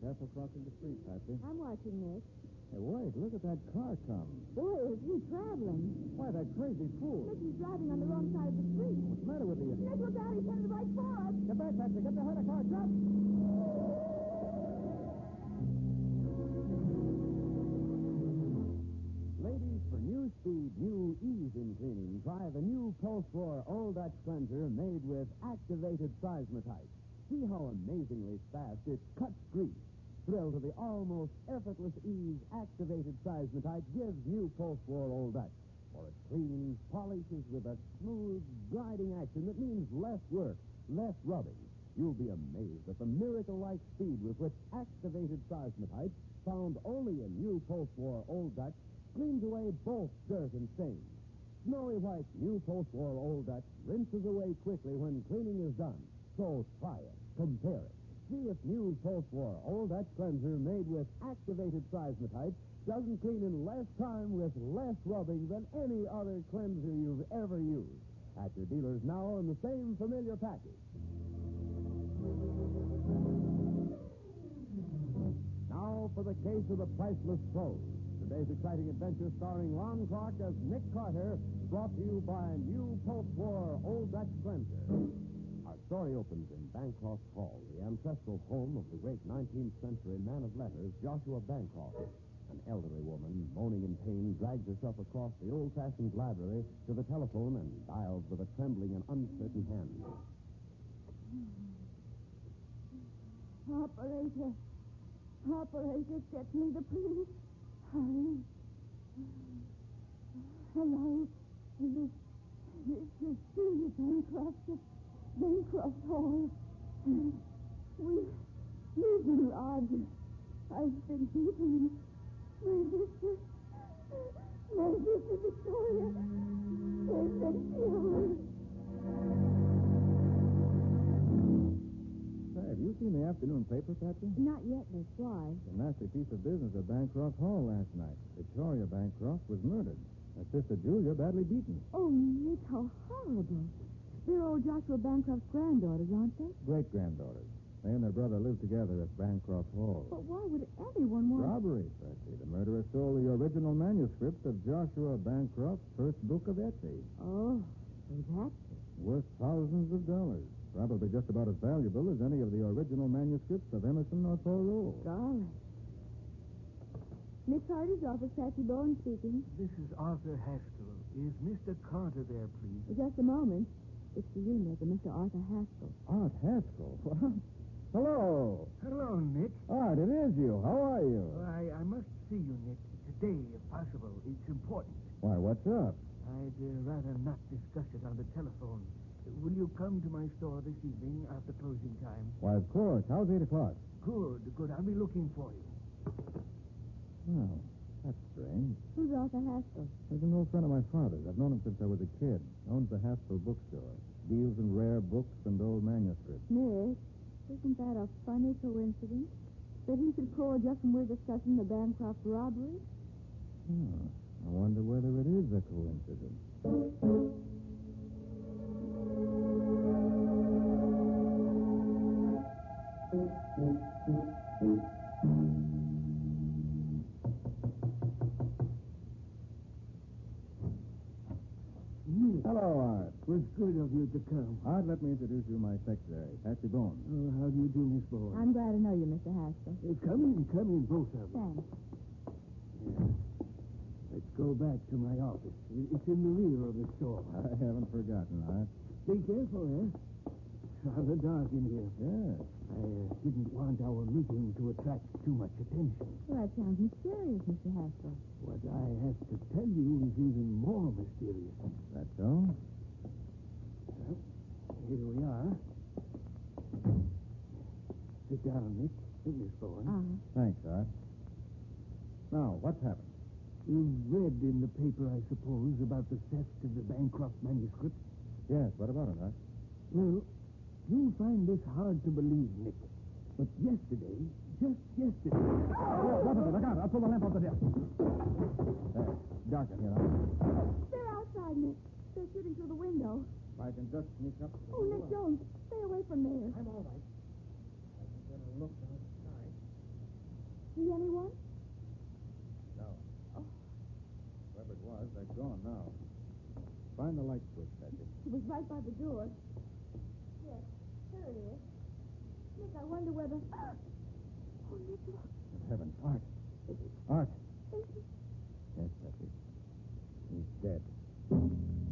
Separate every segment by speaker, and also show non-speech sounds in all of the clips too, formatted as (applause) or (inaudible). Speaker 1: Careful crossing the street, Patsy.
Speaker 2: I'm watching Nick.
Speaker 1: Hey, wait, look at that car come.
Speaker 2: Boy, is he traveling.
Speaker 1: Why, that crazy fool.
Speaker 2: Look, he's driving on the wrong side of the street.
Speaker 1: What's the matter with you?
Speaker 2: Nick, look out, he's headed right for us.
Speaker 1: Get back, Patsy. Get behind the car. Jump. Ladies, for new speed, new ease in cleaning, try the new Pulse 4 Old Dutch cleanser made with activated seismatite. See how amazingly fast it cuts grease. Thrill to the almost effortless ease activated seismatite gives new Pulse 4 Old Dutch. For it cleans, polishes with a smooth, gliding action that means less work, less rubbing. You'll be amazed at the miracle-like speed with which activated seismatite, found only in new post-war Old Dutch, cleans away both dirt and stains. Snowy white new post-war Old Dutch rinses away quickly when cleaning is done. So try it, compare it. See if new post-war Old Dutch cleanser made with activated seismatite doesn't clean in less time with less rubbing than any other cleanser you've ever used. At your dealers now in the same familiar package. Now for the case of the priceless pros. Today's exciting adventure starring Lon Clark as Nick Carter, brought to you by New Post War Old Dutch Cleanser. Our story opens in Bancroft Hall, the ancestral home of the great 19th century man of letters, Joshua Bancroft. An elderly woman, moaning in pain, drags herself across the old fashioned library to the telephone and dials with a trembling and uncertain hand.
Speaker 2: Operator. Operator, get me the police. Hurry. Hello. Is this... This is Celia Bancroft. of Bancroft Hall. We... We've been robbed. I've been beaten. My sister... My sister Victoria... Has been killed.
Speaker 1: Say, have you seen the afternoon paper, Patsy?
Speaker 2: Not yet, Miss. Why?
Speaker 1: It's a nasty piece of business at Bancroft Hall last night. Victoria Bancroft was murdered. Her sister Julia badly beaten.
Speaker 2: Oh, Nick, how horrible. They're old Joshua Bancroft's granddaughters, aren't they?
Speaker 1: Great granddaughters. They and their brother lived together at Bancroft Hall.
Speaker 2: But why would anyone want...
Speaker 1: Robbery, Patsy. The murderer stole the original manuscript of Joshua Bancroft's first book of essays,
Speaker 2: Oh, so that's it.
Speaker 1: worth thousands of dollars. Probably just about as valuable as any of the original manuscripts of Emerson or Thoreau.
Speaker 2: Golly. Nick Carter's office, Patsy Bowen speaking.
Speaker 3: This is Arthur Haskell. Is Mr. Carter there, please?
Speaker 2: Just a moment. It's the remaker, Mr. Arthur Haskell.
Speaker 1: Art Haskell. (laughs) What? Hello.
Speaker 3: Hello, Nick.
Speaker 1: Art, it is you. How are you?
Speaker 3: I, I must see you, Nick, today, if possible. It's important.
Speaker 1: Why, what's up?
Speaker 3: I'd uh, rather not discuss it on the telephone. Will you come to my store this evening after closing time?
Speaker 1: Why, of course. How's 8 o'clock?
Speaker 3: Good, good. I'll be looking for you.
Speaker 1: Well, that's strange.
Speaker 2: Who's Arthur Haskell?
Speaker 1: He's an old friend of my father's. I've known him since I was a kid. Owns the Haskell bookstore. Deals in rare books and old manuscripts.
Speaker 2: Nick, isn't that a funny coincidence? That he should call just when we're discussing the Bancroft robbery?
Speaker 1: Hmm. I wonder whether it is a coincidence.
Speaker 3: Nick,
Speaker 1: Hello, Art.
Speaker 3: it was good of you to come.
Speaker 1: Art, let me introduce you to my secretary, Patsy Bones.
Speaker 3: Oh, how do you do, Miss Bowen?
Speaker 2: I'm glad to know you, Mr. Haskell.
Speaker 3: Uh, come in, come in, both of you.
Speaker 2: Thanks.
Speaker 3: Let's go back to my office. It- It's in the rear of the store.
Speaker 1: I haven't forgotten, Art.
Speaker 3: Be careful, eh? It's rather dark in here.
Speaker 1: Yes.
Speaker 3: I uh, didn't want our meeting to attract too much attention.
Speaker 2: Well, that sounds mysterious, Mr. Haskell.
Speaker 3: What I have to tell you is even more mysterious.
Speaker 1: That so?
Speaker 4: down, Nick. It is for
Speaker 2: Ah,
Speaker 1: Thanks, Art. Now, what's happened?
Speaker 4: You've read in the paper, I suppose, about the theft of the Bancroft manuscript.
Speaker 1: Yes, what about it, Art?
Speaker 4: Well, you'll find this hard to believe, Nick. But yesterday, just yesterday.
Speaker 1: Look out. I'll pull the lamp off the desk. There. Dark in here, Art.
Speaker 2: they're outside, Nick. They're shooting through the window.
Speaker 1: I can just sneak up.
Speaker 2: Oh, Nick Jones, stay away from there.
Speaker 4: I'm all right. I'm going to look outside.
Speaker 2: See anyone?
Speaker 1: No.
Speaker 2: Oh.
Speaker 1: Whoever it was, they're gone now. Find the light switch, Patrick.
Speaker 2: He was right by the door. Yes, there it is. Nick, I wonder whether. (gasps) Oh, Nick, look.
Speaker 1: Good heavens. Art. Art.
Speaker 2: They
Speaker 1: Yes, Patrick. He's dead.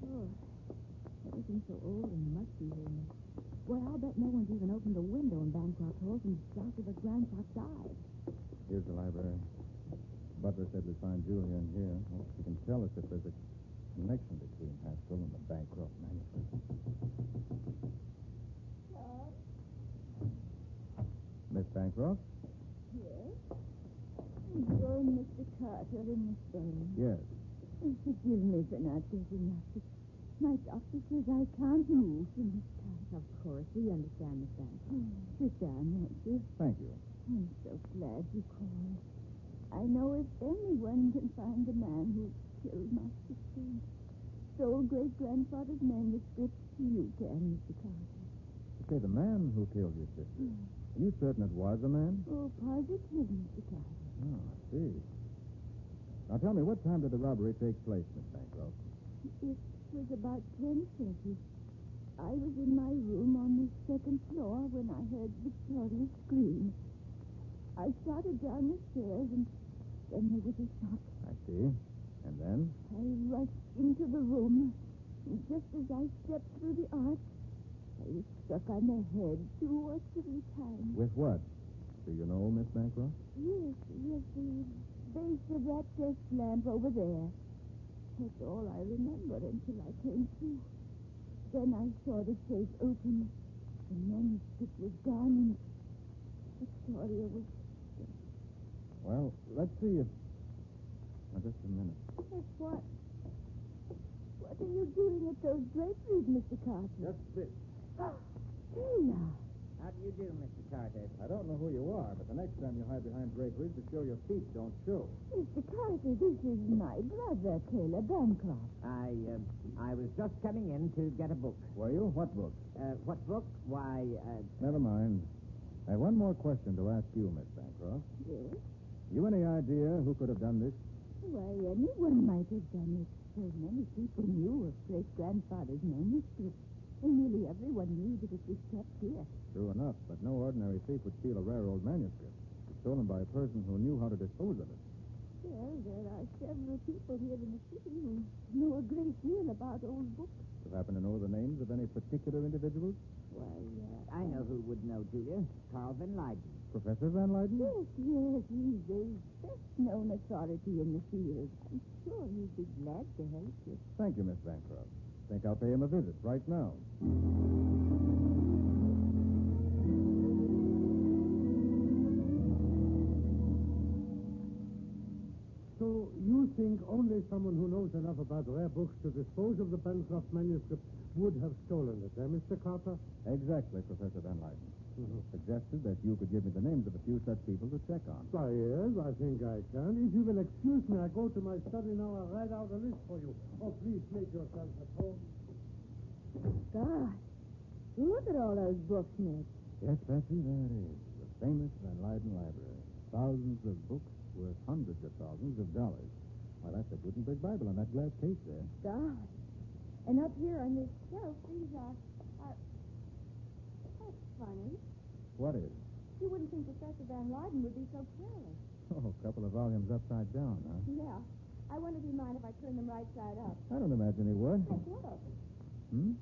Speaker 2: Sure. Everything's so old and musty here. Nick. Boy, I'll bet no one's even opened the window in Bancroft Hall since after the grandpa died.
Speaker 1: Here's the library. Butler said we'd find Julia in here. Well, she can tell us if there's a connection between Haskell and the Bancroft manuscript. Miss Bancroft?
Speaker 2: Yes? Oh, Mr. Carter and Miss Bain.
Speaker 1: Yes.
Speaker 2: Forgive me for not getting up. My doctor says I can't move in this time. Of course, we understand, Miss Bancroft. Sit down, won't you?
Speaker 1: Thank you.
Speaker 2: I'm so glad you called. I know if anyone can find the man who killed my sister, and stole great grandfather's manuscript, you can, Mr. Carter.
Speaker 1: You say the man who killed your sister. Are you certain it was a man?
Speaker 2: Oh, positive, Mr. Carter.
Speaker 1: Oh, I see. Now tell me, what time did the robbery take place, Miss Bancroft?
Speaker 2: It was about ten thirty. I was in my room on the second floor when I heard Victoria scream. I started down the stairs, and then there was a shot.
Speaker 1: I see. And then?
Speaker 2: I rushed into the room. and Just as I stepped through the arch, I was struck on the head two or three times.
Speaker 1: With what? Do you know, Miss Bancroft?
Speaker 2: Yes, yes, the base of that desk lamp over there. That's all I remember until I came to. Then I saw the safe open. The manuscript was gone. and Victoria was.
Speaker 1: Well, let's see if. Now, just a minute.
Speaker 2: Yes, what? What are you doing at those draperies, Mr. Carter? Ah,
Speaker 5: Just this.
Speaker 2: Tina!
Speaker 5: How do you do, Mr. Carter?
Speaker 1: I don't know who you are, but the next time you hide behind draperies to show your feet don't show.
Speaker 2: Mr. Carter, this is my brother, Taylor Bancroft.
Speaker 5: I, uh, I was just coming in to get a book.
Speaker 1: Were you? What book?
Speaker 5: Uh, what book? Why, uh,
Speaker 1: Never mind. I have one more question to ask you, Miss Bancroft.
Speaker 2: Yes?
Speaker 1: You any idea who could have done this?
Speaker 2: Why, anyone might have done it. So many people knew of great grandfather's manuscript. And nearly everyone knew that it was kept here.
Speaker 1: True enough, but no ordinary thief would steal a rare old manuscript. It's stolen by a person who knew how to dispose of it.
Speaker 2: Well, there are several people here in the city who know a great deal about old books.
Speaker 1: You happen to know the names of any particular individuals?
Speaker 2: Why,
Speaker 5: I
Speaker 2: uh,
Speaker 5: know who would know, Julia. Carl Van Leyden.
Speaker 1: Professor Van Leyden?
Speaker 2: Yes, yes, he's the best known authority in the field. I'm sure he'd be glad to help you.
Speaker 1: Thank you, Miss Bancroft. Think I'll pay him a visit right now.
Speaker 3: So you think only someone who knows enough about rare books to dispose of the Bancroft manuscript would have stolen it, eh, Mr. Carter?
Speaker 1: Exactly, Professor Van Leyden.
Speaker 5: Mm-hmm.
Speaker 1: Suggested that you could give me the names of a few such people to check on.
Speaker 3: Why, yes, I think I can. If you will excuse me, I go to my study now. I'll write out a list for you. Oh, please make yourself at home.
Speaker 2: God, look at all those books, Nick.
Speaker 1: Yes, Patsy, there it is. The famous Van Leyden Library. Thousands of books worth hundreds of thousands of dollars. Why, that's a Gutenberg Bible in that glass case there.
Speaker 2: God. And up here on this shelf, these are. are... That's funny.
Speaker 1: What is? (laughs)
Speaker 2: You wouldn't think Professor Van Leyden would be so careless.
Speaker 1: Oh, a couple of volumes upside down, huh?
Speaker 2: Yeah. I wonder if you mind if I turn them right side up.
Speaker 1: I don't imagine he would.
Speaker 2: Look, look.
Speaker 1: Hmm?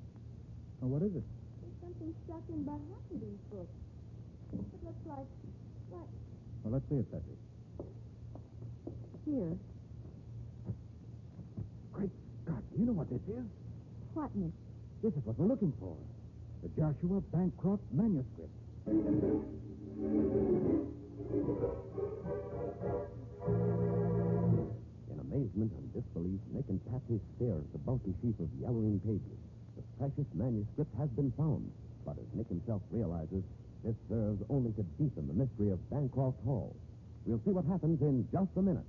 Speaker 1: Oh, what is it?
Speaker 2: There's something stuck in behind these books. It looks like. like.
Speaker 1: Well, let's see it, Patsy.
Speaker 2: Here.
Speaker 1: You know what this is?
Speaker 2: What, Miss?
Speaker 1: This is what we're looking for. The Joshua Bancroft manuscript. In amazement and disbelief, Nick and Patsy stare at the bulky sheaf of yellowing pages. The precious manuscript has been found, but as Nick himself realizes, this serves only to deepen the mystery of Bancroft Hall. We'll see what happens in just a minute.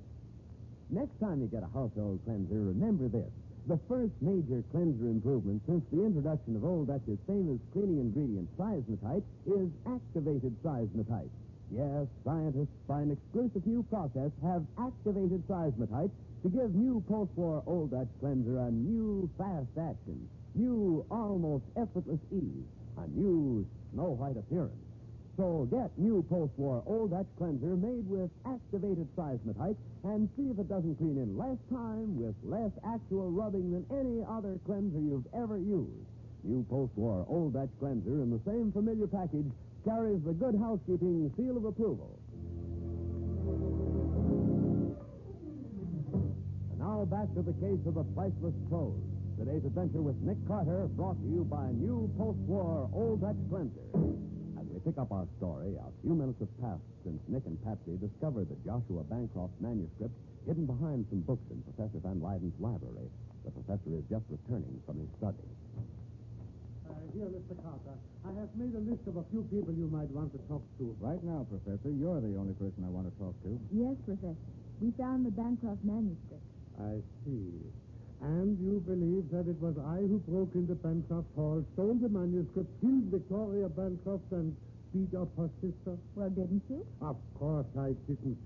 Speaker 1: Next time you get a household cleanser, remember this. The first major cleanser improvement since the introduction of Old Dutch's famous cleaning ingredient, seismatite, is activated seismatite. Yes, scientists, by an exclusive new process, have activated seismatite to give new post-war Old Dutch cleanser a new fast action, new almost effortless ease, a new snow-white appearance. So get new post-war Old Dutch cleanser made with activated seismatite and see if it doesn't clean in less time with less actual rubbing than any other cleanser you've ever used. New post-war Old Dutch cleanser in the same familiar package carries the good housekeeping seal of approval. And now back to the case of the priceless prose. Today's adventure with Nick Carter brought to you by new post-war Old Dutch cleanser. As we pick up our story, a few minutes have passed since Nick and Patsy discovered the Joshua Bancroft manuscript hidden behind some books in Professor Van Leiden's library. The professor is just returning from his study.
Speaker 3: Uh, here, Mr. Carter, I have made a list of a few people you might want to talk to.
Speaker 1: Right now, Professor, you're the only person I want to talk to.
Speaker 2: Yes, Professor. We found the Bancroft manuscript.
Speaker 3: I see. And you believe that it was I who broke into Bancroft Hall, stole the manuscript, killed Victoria Bancroft, and beat up her sister?
Speaker 2: Well, didn't you?
Speaker 3: Of course I didn't.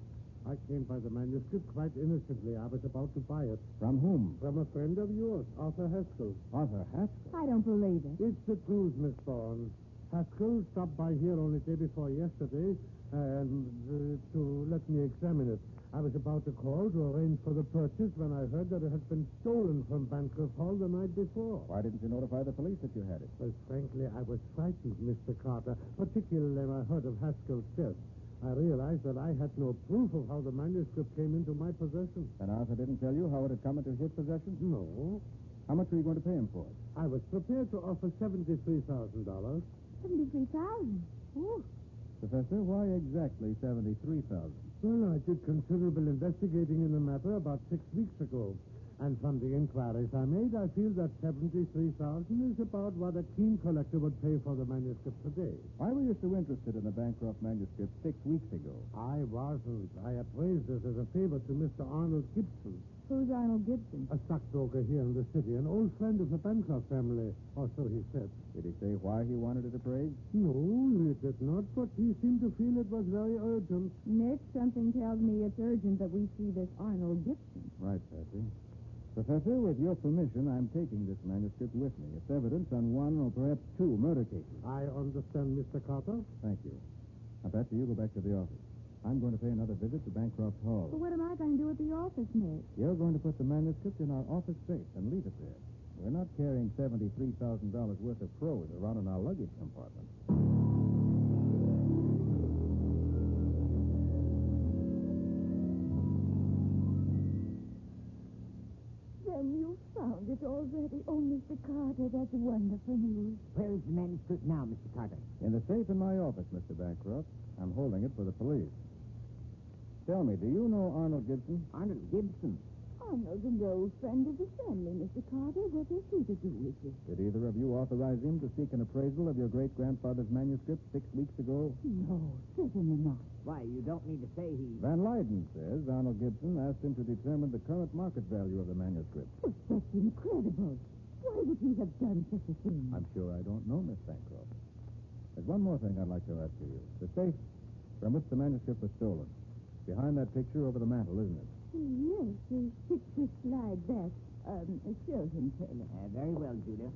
Speaker 3: I came by the manuscript quite innocently. I was about to buy it
Speaker 1: From whom?
Speaker 3: from a friend of yours, Arthur Haskell.
Speaker 1: Arthur Haskell.
Speaker 2: I don't believe it.
Speaker 3: It's the truth, Miss Thorne. Haskell stopped by here only day before yesterday and uh, to let me examine it. I was about to call to arrange for the purchase when I heard that it had been stolen from Bancroft Hall the night before.
Speaker 1: Why didn't you notify the police that you had it?
Speaker 3: Well, frankly, I was frightened, Mr. Carter, particularly when I heard of Haskell's death. I realized that I had no proof of how the manuscript came into my possession.
Speaker 1: And Arthur didn't tell you how it had come into his possession?
Speaker 3: No.
Speaker 1: How much were you going to pay him for it?
Speaker 3: I was prepared to offer $73,000.
Speaker 2: 73,000. Oh,
Speaker 1: Professor, why exactly 73000
Speaker 3: Well, I did considerable investigating in the matter about six weeks ago. And from the inquiries I made, I feel that 73000 is about what a keen collector would pay for the manuscript today.
Speaker 1: Why were you so interested in the Bancroft manuscript six weeks ago?
Speaker 3: I wasn't. I appraised it as a favor to Mr. Arnold Gibson,
Speaker 2: who's Arnold Gibson?
Speaker 3: a stockbroker here in the city, an old friend of the Bancroft family, or so he said.
Speaker 1: Did he say why he wanted it appraised?
Speaker 3: No, he did not, but he seemed to feel it was very urgent.
Speaker 2: Nick, something tells me it's urgent that we see this Arnold Gibson.
Speaker 1: Right, Patsy. Professor, with your permission, I'm taking this manuscript with me. It's evidence on one or perhaps two murder cases.
Speaker 3: I understand, Mr. Carter.
Speaker 1: Thank you. Now, Patsy, you go back to the office. I'm going to pay another visit to Bancroft
Speaker 2: But
Speaker 1: Hall.
Speaker 2: what am I going to do at the office, Nick?
Speaker 1: You're going to put the manuscript in our office safe and leave it there. We're not carrying $73,000 worth of prose around in our luggage compartment.
Speaker 2: Then you found it already. Oh, Mr. Carter, that's wonderful news.
Speaker 6: Where is the manuscript now, Mr. Carter?
Speaker 1: In the safe in my office, Mr. Bancroft. I'm holding it for the police. Tell me, do you know Arnold Gibson?
Speaker 6: Arnold Gibson.
Speaker 2: Arnold's an old friend of the family, Mr. Carter. What is he to do with this?
Speaker 1: Did either of you authorize him to seek an appraisal of your great grandfather's manuscript six weeks ago?
Speaker 2: No, certainly not.
Speaker 6: Why, you don't need to say he.
Speaker 1: Van Leyden says Arnold Gibson asked him to determine the current market value of the manuscript.
Speaker 2: But that's incredible. Why would he have done such a thing?
Speaker 1: I'm sure I don't know, Miss Bancroft. There's one more thing I'd like to ask of you. The safe from which the manuscript was stolen. Behind that picture over the mantel, isn't it?
Speaker 2: Yes, the picture slide back. Um, show him, Taylor.
Speaker 6: Uh, very well, Judah.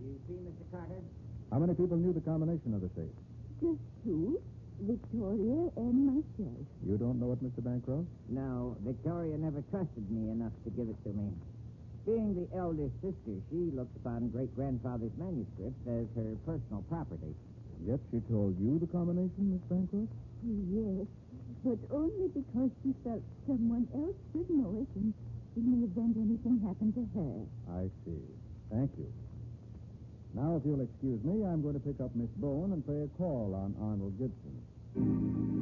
Speaker 6: You see, Mr. Carter?
Speaker 1: How many people knew the combination of the safe?
Speaker 2: Just two, Victoria and myself.
Speaker 1: You don't know it, Mr. Bancroft?
Speaker 6: No, Victoria never trusted me enough to give it to me. Being the elder sister, she looks upon great grandfather's manuscript as her personal property.
Speaker 1: Yet she told you the combination, Miss Bancroft?
Speaker 2: Yes, but only because she felt someone else should know it, and in the event anything happened to her.
Speaker 6: I see. Thank you. Now, if you'll excuse me, I'm going to pick up Miss Bowen and play a call on Arnold Gibson.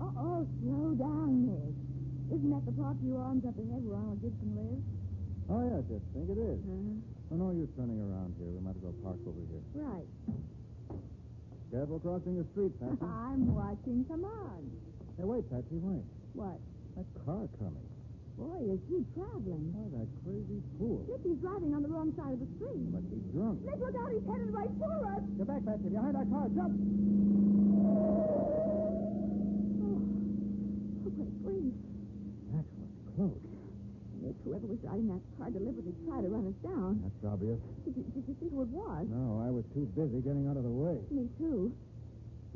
Speaker 2: Uh-oh, slow down, Nick. Isn't that the part your arms up ahead where Arnold Gibson lives?
Speaker 6: Oh, yes, yes, I think it is.
Speaker 2: Huh?
Speaker 6: Oh, no use turning around here. We might as well park over here.
Speaker 2: Right.
Speaker 6: Careful crossing the street,
Speaker 2: (laughs)
Speaker 6: Patsy.
Speaker 2: I'm watching. Come on.
Speaker 6: hey, wait, Patsy, wait.
Speaker 2: What?
Speaker 6: That car coming.
Speaker 2: Boy, is he traveling.
Speaker 6: Why, that crazy fool.
Speaker 2: Nick, he's driving on the wrong side of the
Speaker 6: He
Speaker 2: street.
Speaker 6: must be drunk.
Speaker 2: Nick, look out, he's headed right for us.
Speaker 6: Get back, Patsy. Behind our car. Jump.
Speaker 2: Oh, great grief.
Speaker 6: That was close.
Speaker 2: Nick, whoever was riding that car deliberately tried to run us down.
Speaker 6: That's obvious.
Speaker 2: Did you, did you see who it was?
Speaker 6: No, I was too busy getting out of the way.
Speaker 2: Me too.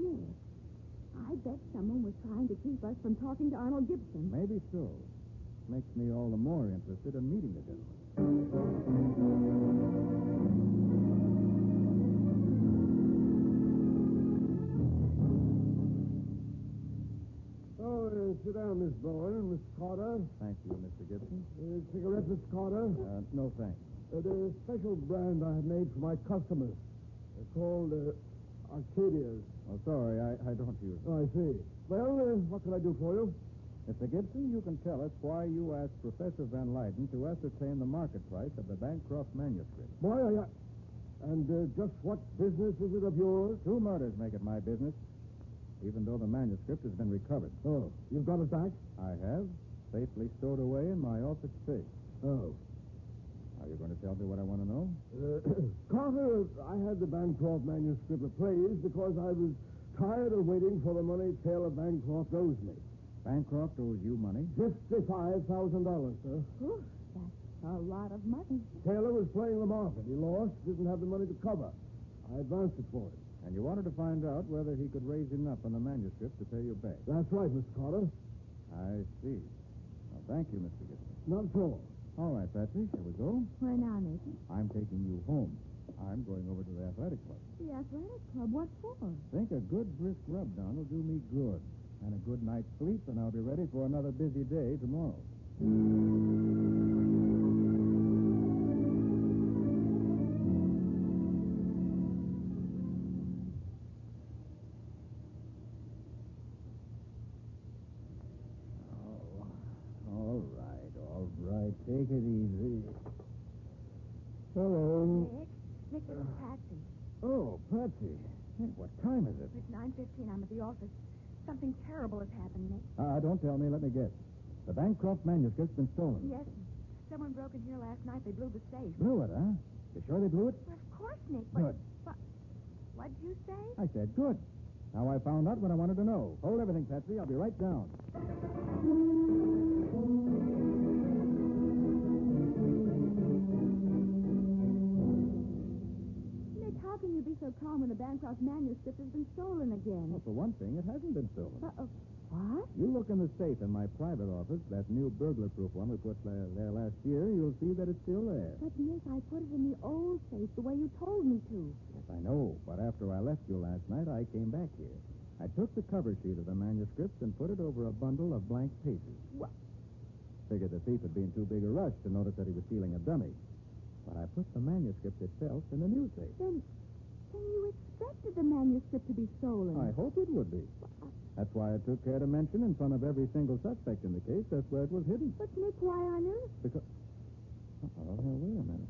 Speaker 2: Nick, I bet someone was trying to keep us from talking to Arnold Gibson.
Speaker 6: Maybe so. Makes me all the more interested in meeting the gentleman.
Speaker 3: Oh, uh, sit down, Miss Bowen, Miss Carter.
Speaker 6: Thank you, Mr. Gibson.
Speaker 3: Uh, cigarette, Miss Carter.
Speaker 6: Uh, no thanks.
Speaker 3: Uh, the special brand I have made for my customers. They're called uh, Arcadias.
Speaker 6: Oh, sorry, I, I don't use
Speaker 3: Oh, I see. Well, uh, what can I do for you?
Speaker 6: it. Mr. Gibson, you can tell us why you asked Professor Van Leyden to ascertain the market price of the Bancroft manuscript.
Speaker 3: Boy, I... I- And uh, just what business is it of yours?
Speaker 6: Two murders make it my business, even though the manuscript has been recovered.
Speaker 3: Oh, you've got it back?
Speaker 6: I have, safely stowed away in my office safe.
Speaker 3: Oh.
Speaker 6: Are you going to tell me what I want to know?
Speaker 3: Uh, (clears throat) Carter, I had the Bancroft manuscript appraised because I was tired of waiting for the money Taylor Bancroft owes me.
Speaker 6: Bancroft owes you money.
Speaker 3: $55,000, sir.
Speaker 2: Whew, that's a lot of money.
Speaker 3: Taylor was playing the market. He lost, didn't have the money to cover. I advanced it for him.
Speaker 6: And you wanted to find out whether he could raise enough on the manuscript to pay you back.
Speaker 3: That's right, Mr. Carter.
Speaker 6: I see. Well, thank you, Mr. Gibson.
Speaker 3: Not at all.
Speaker 6: All right, Patsy, shall we go?
Speaker 2: Where now, Nick?
Speaker 6: I'm taking you home. I'm going over to the athletic club.
Speaker 2: The athletic club. What for?
Speaker 6: Think a good brisk rub down will do me good. And a good night's sleep, and I'll be ready for another busy day tomorrow. Oh, all right, all right. Take it easy. Hello.
Speaker 2: Nick, Nick, it's a taxi.
Speaker 6: Oh, Patsy. Hey, what time is it?
Speaker 2: It's 9.15. I'm at the office. Something terrible has happened, Nick.
Speaker 6: Ah, don't tell me. Let me guess. The Bancroft manuscript's been stolen.
Speaker 2: Yes, someone broke in here last night. They blew the safe.
Speaker 6: Blew it, huh? You sure they blew it?
Speaker 2: Well, of course, Nick, but...
Speaker 6: Good.
Speaker 2: but what'd you say?
Speaker 6: I said, good. Now I found out what I wanted to know. Hold everything, Patsy. I'll be right down.
Speaker 2: Nick, how can you be so calm when the Bancroft manuscript has been stolen again?
Speaker 6: Well, for one thing, it hasn't been stolen.
Speaker 2: Uh-oh. What?
Speaker 6: You look in the safe in my private office, that new burglar-proof one we put la- there last year, you'll see that it's still there.
Speaker 2: But, Nick, I put it in the old safe the way you told me to.
Speaker 6: Yes, I know, but after I left you last night, I came back here. I took the cover sheet of the manuscript and put it over a bundle of blank pages.
Speaker 2: What?
Speaker 6: Figured the thief had been too big a rush to notice that he was stealing a dummy. But I put the manuscript itself in the new safe.
Speaker 2: Then, then you expected the manuscript to be stolen.
Speaker 6: I hope it would be. That's why I took care to mention in front of every single suspect in the case that's where it was hidden.
Speaker 2: But, Nick, why on earth?
Speaker 6: Because. Oh, now, wait a minute.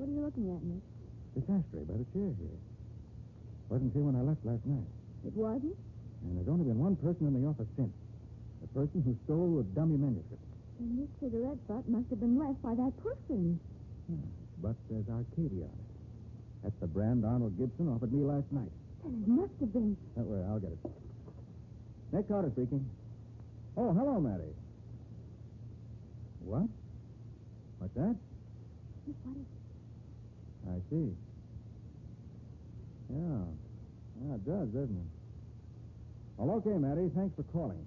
Speaker 2: What are you looking at, Nick?
Speaker 6: This ashtray by the chair here. Wasn't here when I left last night.
Speaker 2: It wasn't?
Speaker 6: And there's only been one person in the office since. The person who stole a dummy manuscript.
Speaker 2: Then this cigarette butt must have been left by that person.
Speaker 6: But there's Arcadia on it. That's the brand Arnold Gibson offered me last night.
Speaker 2: Then it must have been.
Speaker 6: Don't worry, I'll get it. Nick Carter speaking. Oh, hello, Matty. What? What's that?
Speaker 2: Nick, what is
Speaker 6: I see. Yeah. Yeah, it does, doesn't it? Well, okay, Matty. Thanks for calling.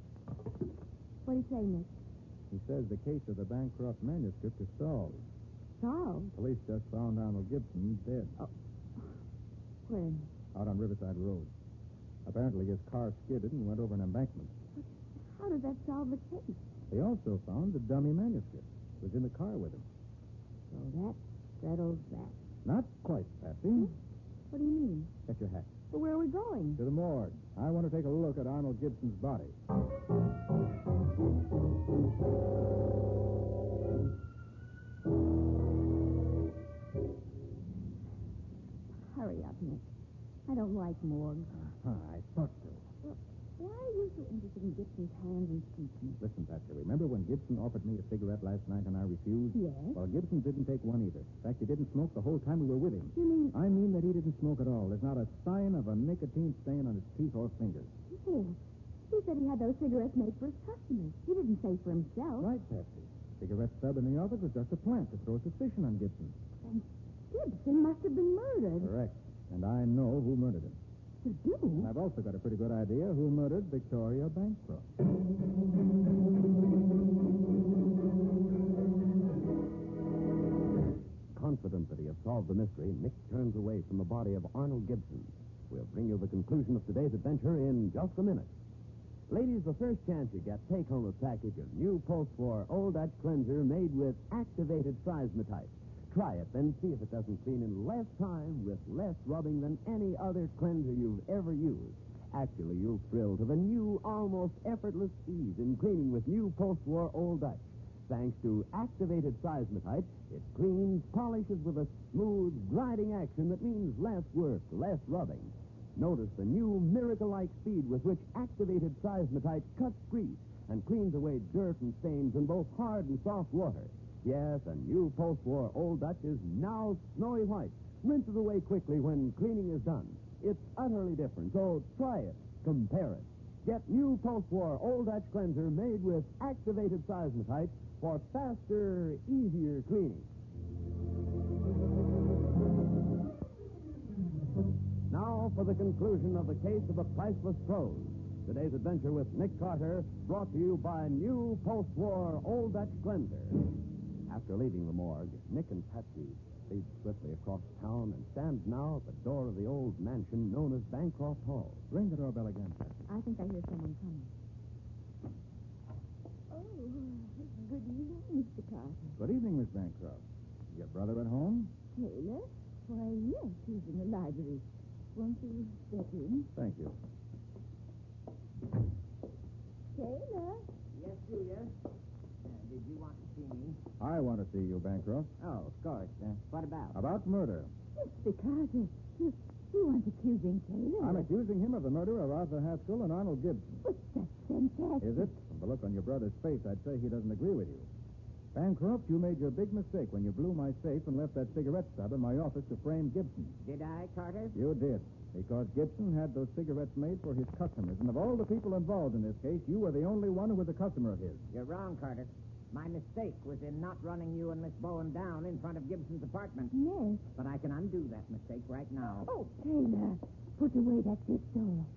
Speaker 2: What do you say, Nick?
Speaker 6: He says the case of the Bancroft manuscript is solved.
Speaker 2: Charles?
Speaker 6: Police
Speaker 2: Oh. (sighs)
Speaker 6: just found Arnold Gibson dead
Speaker 2: When?
Speaker 6: out on Riverside Road. Apparently, his car skidded and went over an embankment.
Speaker 2: How did that solve the case?
Speaker 6: They also found the dummy manuscript. It was in the car with him.
Speaker 2: So Oh, that settles that.
Speaker 6: Not quite, Patsy.
Speaker 2: What do you mean?
Speaker 6: Get your hat.
Speaker 2: But where are we going?
Speaker 6: To the morgue. I want to take a look at Arnold Gibson's body.
Speaker 2: Hurry up, Nick. I don't like morgues.
Speaker 6: Huh, Uh-huh, I thought so.
Speaker 2: Why are you so interested in Gibson's hands and feet, Nick?
Speaker 6: Listen, Patsy, remember when Gibson offered me a cigarette last night and I refused?
Speaker 2: Yes.
Speaker 6: Well, Gibson didn't take one either. In fact, he didn't smoke the whole time we were with him.
Speaker 2: You mean, oh,
Speaker 6: I mean that he didn't smoke at all. There's not a sign of a nicotine stain on his teeth or fingers.
Speaker 2: Nick? He said he had those cigarettes made for his customers. He didn't say for himself.
Speaker 6: Right, Patsy. Cigarette stub in the office was just a plant to throw suspicion on Gibson.
Speaker 2: Gibson must have been murdered.
Speaker 6: Correct. And I know who murdered him.
Speaker 2: You do?
Speaker 6: And I've also got a pretty good idea who murdered Victoria Bancroft. Confident that he has solved the mystery, Nick turns away from the body of Arnold Gibson. We'll bring you the conclusion of today's adventure in just a minute. Ladies, the first chance you get, take home a package of new Pulse 4 Old Dutch Cleanser made with activated seismatite. Try it, then see if it doesn't clean in less time with less rubbing than any other cleanser you've ever used. Actually, you'll thrill to the new, almost effortless ease in cleaning with new post-war Old Dutch. Thanks to activated seismatite, it cleans, polishes with a smooth, gliding action that means less work, less rubbing. Notice the new miracle-like speed with which activated seismatite cuts grease and cleans away dirt and stains in both hard and soft water. Yes, a new post-war Old Dutch is now snowy white. Rinses away quickly when cleaning is done. It's utterly different, so try it. Compare it. Get new post-war Old Dutch cleanser made with activated seismatite for faster, easier cleaning. Now for the conclusion of the case of the priceless prose. Today's adventure with Nick Carter, brought to you by new post-war Old Dutch cleanser. After leaving the morgue, Nick and Patsy lead swiftly across town and stand now at the door of the old mansion known as Bancroft Hall. Ring the doorbell again, Patsy.
Speaker 2: I think I hear someone coming. Oh, good evening, Mr. Carter.
Speaker 6: Good evening, Miss Bancroft. Your brother at home?
Speaker 2: Taylor? Why, yes, he's in the library. Won't you step in?
Speaker 6: Thank you.
Speaker 2: Taylor?
Speaker 1: Yes, Julia. Uh, did you want to see me?
Speaker 6: I want to see you, Bancroft.
Speaker 1: Oh, of course. Uh, what about?
Speaker 6: About murder.
Speaker 2: Mr. Carter, you, you aren't accusing Taylor.
Speaker 1: Hmm.
Speaker 6: I'm accusing him of the murder of Arthur Haskell and Arnold Gibson.
Speaker 2: But that's fantastic.
Speaker 6: Is it? From the look on your brother's face, I'd say he doesn't agree with you. Bancroft, you made your big mistake when you blew my safe and left that cigarette stub in my office to frame Gibson.
Speaker 1: Did I, Carter?
Speaker 6: You did. Because Gibson had those cigarettes made for his customers, and of all the people involved in this case, you were the only one who was a customer of his.
Speaker 1: You're wrong, Carter. My mistake was in not running you and Miss Bowen down in front of Gibson's apartment.
Speaker 2: Yes.
Speaker 1: But I can undo that mistake right now.
Speaker 2: Oh, Taylor, put away that pistol.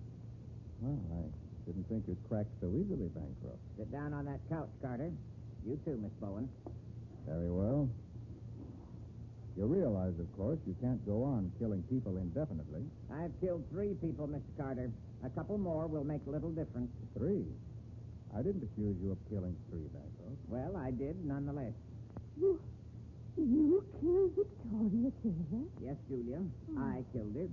Speaker 6: Well, I didn't think you'd crack so easily, Bancroft.
Speaker 1: Sit down on that couch, Carter. You too, Miss Bowen.
Speaker 6: Very well. You realize, of course, you can't go on killing people indefinitely.
Speaker 1: I've killed three people, Mr. Carter. A couple more will make little difference.
Speaker 6: Three. I didn't accuse you of killing three, Bancroft.
Speaker 1: Well, I did, nonetheless.
Speaker 2: You, you killed Victoria Taylor?
Speaker 1: Yes, Julia,
Speaker 2: Hmm.
Speaker 1: I killed her.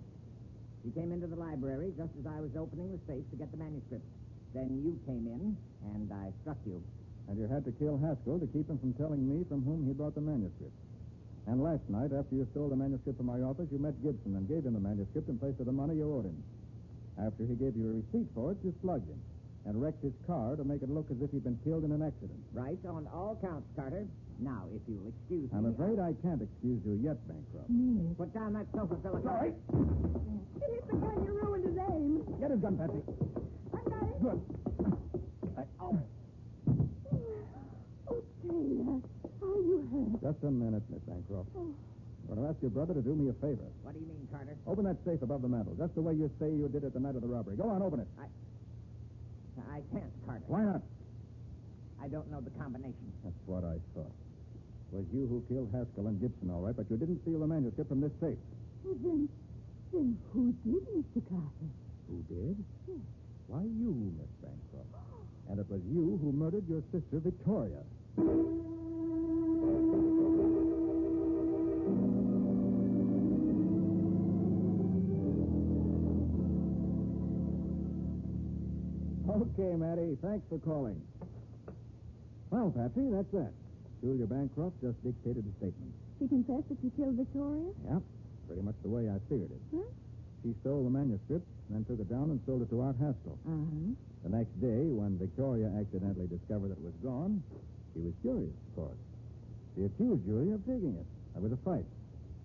Speaker 1: She came into the library just as I was opening the safe to get the manuscript. Then you came in, and I struck you.
Speaker 6: And you had to kill Haskell to keep him from telling me from whom he bought the manuscript. And last night, after you stole the manuscript from my office, you met Gibson and gave him the manuscript in place of the money you owed him. After he gave you a receipt for it, you slugged him and wrecked his car to make it look as if he'd been killed in an accident.
Speaker 1: Right on all counts, Carter. Now, if you'll excuse me.
Speaker 6: I'm afraid I can't excuse you yet, Bancroft.
Speaker 2: Yes.
Speaker 1: Put down that sofa, Philip. Sorry.
Speaker 2: It hit the gun. You ruined his aim.
Speaker 6: Get his gun, Patsy.
Speaker 2: I got it.
Speaker 6: Good.
Speaker 2: Oh, Taylor, are you hurt?
Speaker 6: Just a minute, Miss Bancroft.
Speaker 2: Oh.
Speaker 6: I'm going to ask your brother to do me a favor.
Speaker 1: What do you mean, Carter?
Speaker 6: Open that safe above the mantel, just the way you say you did it the night of the robbery. Go on, open it.
Speaker 1: I can't, Carter.
Speaker 6: Why not?
Speaker 1: I don't know the combination.
Speaker 6: That's what I thought. It was you who killed Haskell and Gibson, all right, but you didn't steal the manuscript from this safe.
Speaker 2: Well, then, then who did, Mr. Carter?
Speaker 6: Who did? Why, you, Miss Bancroft. And it was you who murdered your sister, Victoria. Okay, Matty. Thanks for calling. Well, Patsy, that's that. Julia Bancroft just dictated a statement.
Speaker 2: She confessed that you killed Victoria?
Speaker 6: Yep. Pretty much the way I figured it.
Speaker 2: Huh?
Speaker 6: She stole the manuscript, then took it down and sold it to Art Haskell.
Speaker 2: Uh-huh.
Speaker 6: The next day, when Victoria accidentally discovered it was gone, she was furious, of course. She accused Julia of taking it. There was a fight.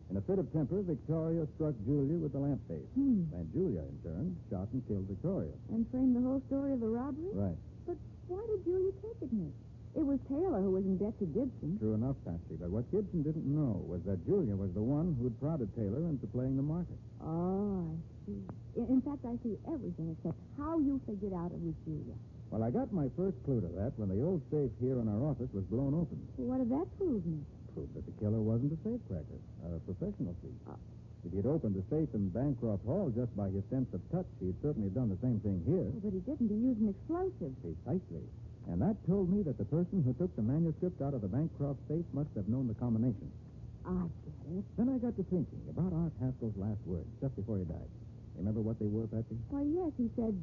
Speaker 6: In a fit of temper, Victoria struck Julia with the lampshade.
Speaker 2: Hmm.
Speaker 6: Then Julia, in turn, shot and killed Victoria.
Speaker 2: And framed the whole story of the robbery?
Speaker 6: Right.
Speaker 2: But why did Julia take it, Nick? It was Taylor who was in debt to Gibson.
Speaker 6: True enough, Patsy, but what Gibson didn't know was that Julia was the one who'd prodded Taylor into playing the market.
Speaker 2: Oh, I see. In, in fact, I see everything except how you figured out it was Julia.
Speaker 6: Well, I got my first clue to that when the old safe here in our office was blown open.
Speaker 2: Well, what did that prove, Nick?
Speaker 6: Proved that the killer wasn't a safe cracker, not a professional thief.
Speaker 2: Ah.
Speaker 6: If he'd opened the safe in Bancroft Hall just by his sense of touch, he'd certainly done the same thing here.
Speaker 2: Oh, but he didn't. He used an explosive.
Speaker 6: Precisely. And that told me that the person who took the manuscript out of the Bancroft safe must have known the combination.
Speaker 2: I get it.
Speaker 6: Then I got to thinking about Art Haskell's last words just before he died. Remember what they were, Patsy?
Speaker 2: Why, yes, he said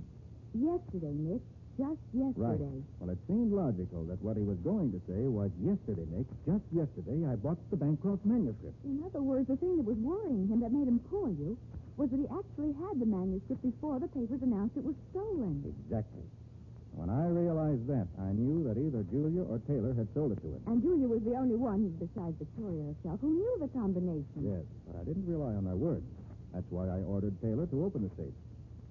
Speaker 2: yesterday, Nick. Just yesterday.
Speaker 6: Well, it seemed logical that what he was going to say was yesterday, Nick, just yesterday, I bought the Bancroft manuscript.
Speaker 2: In other words, the thing that was worrying him that made him call you was that he actually had the manuscript before the papers announced it was stolen.
Speaker 6: Exactly. When I realized that, I knew that either Julia or Taylor had sold it to him.
Speaker 2: And Julia was the only one, besides Victoria herself, who knew the combination.
Speaker 6: Yes, but I didn't rely on their word. That's why I ordered Taylor to open the safe.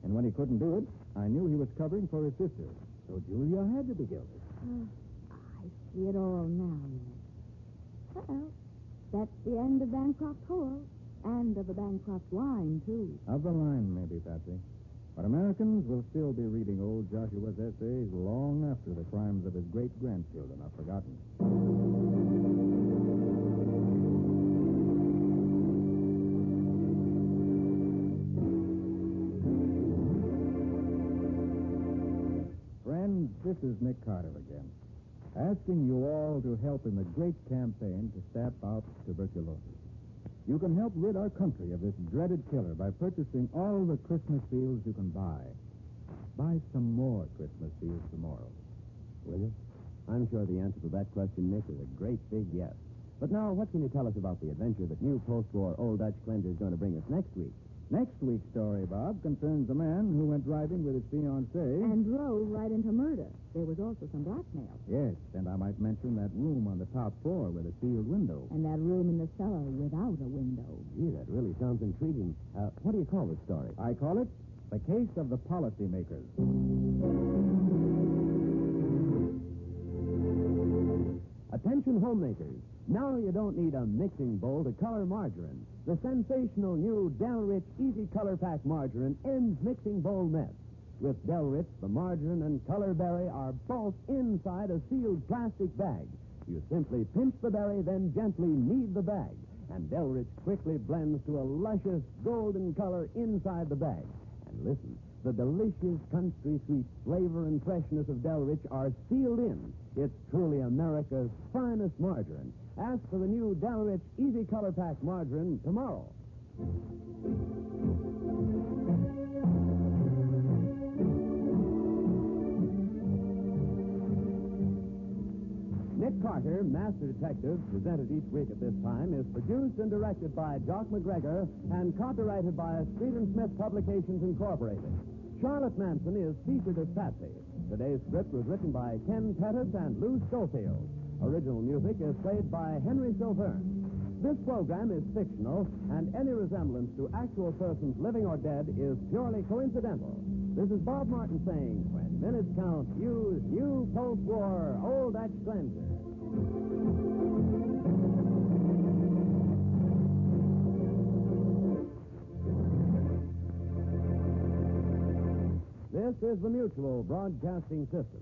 Speaker 6: And when he couldn't do it, I knew he was covering for his sister. So Julia had to be guilty.
Speaker 2: Ah, I see it all now, Nick. Uh-oh. That's the end of Bancroft Hall. And of the Bancroft wine, too.
Speaker 6: Of the line, maybe, Patsy. But Americans will still be reading old Joshua's essays long after the crimes of his great grandchildren are forgotten. Friends, this is Nick Carter again, asking you all to help in the great campaign to stamp out tuberculosis. You can help rid our country of this dreaded killer by purchasing all the Christmas seals you can buy. Buy some more Christmas seals tomorrow. Will you? I'm sure the answer to that question, Nick, is a great big yes. But now, what can you tell us about the adventure that new post-war Old Dutch Cleanser is going to bring us next week? Next week's story, Bob, concerns a man who went driving with his fiancée.
Speaker 2: And drove right into murder. There was also some blackmail.
Speaker 6: Yes, and I might mention that room on the top floor with a sealed window.
Speaker 2: And that room in the cellar without a window.
Speaker 6: Gee, that really sounds intriguing. Uh, what do you call this story? I call it The Case of the Policymakers. Attention homemakers. Now you don't need a mixing bowl to color margarine. The sensational new Delrich Easy Color Pack margarine ends mixing bowl mess. With Delrich, the margarine and color berry are both inside a sealed plastic bag. You simply pinch the berry, then gently knead the bag, and Delrich quickly blends to a luscious golden color inside the bag. And listen, the delicious country sweet flavor and freshness of Delrich are sealed in. It's truly America's finest margarine. Ask for the new Delrich Easy Color Pack margarine tomorrow. Nick Carter, Master Detective, presented each week at this time, is produced and directed by Jock McGregor and copyrighted by Street and Smith Publications Incorporated. Charlotte Manson is featured as Patsy. Today's script was written by Ken Pettis and Lou Schofield. Original music is played by Henry Silverne. This program is fictional, and any resemblance to actual persons living or dead is purely coincidental. This is Bob Martin saying, when minutes count, use new post-war old Dutch cleanser. This is the Mutual Broadcasting System.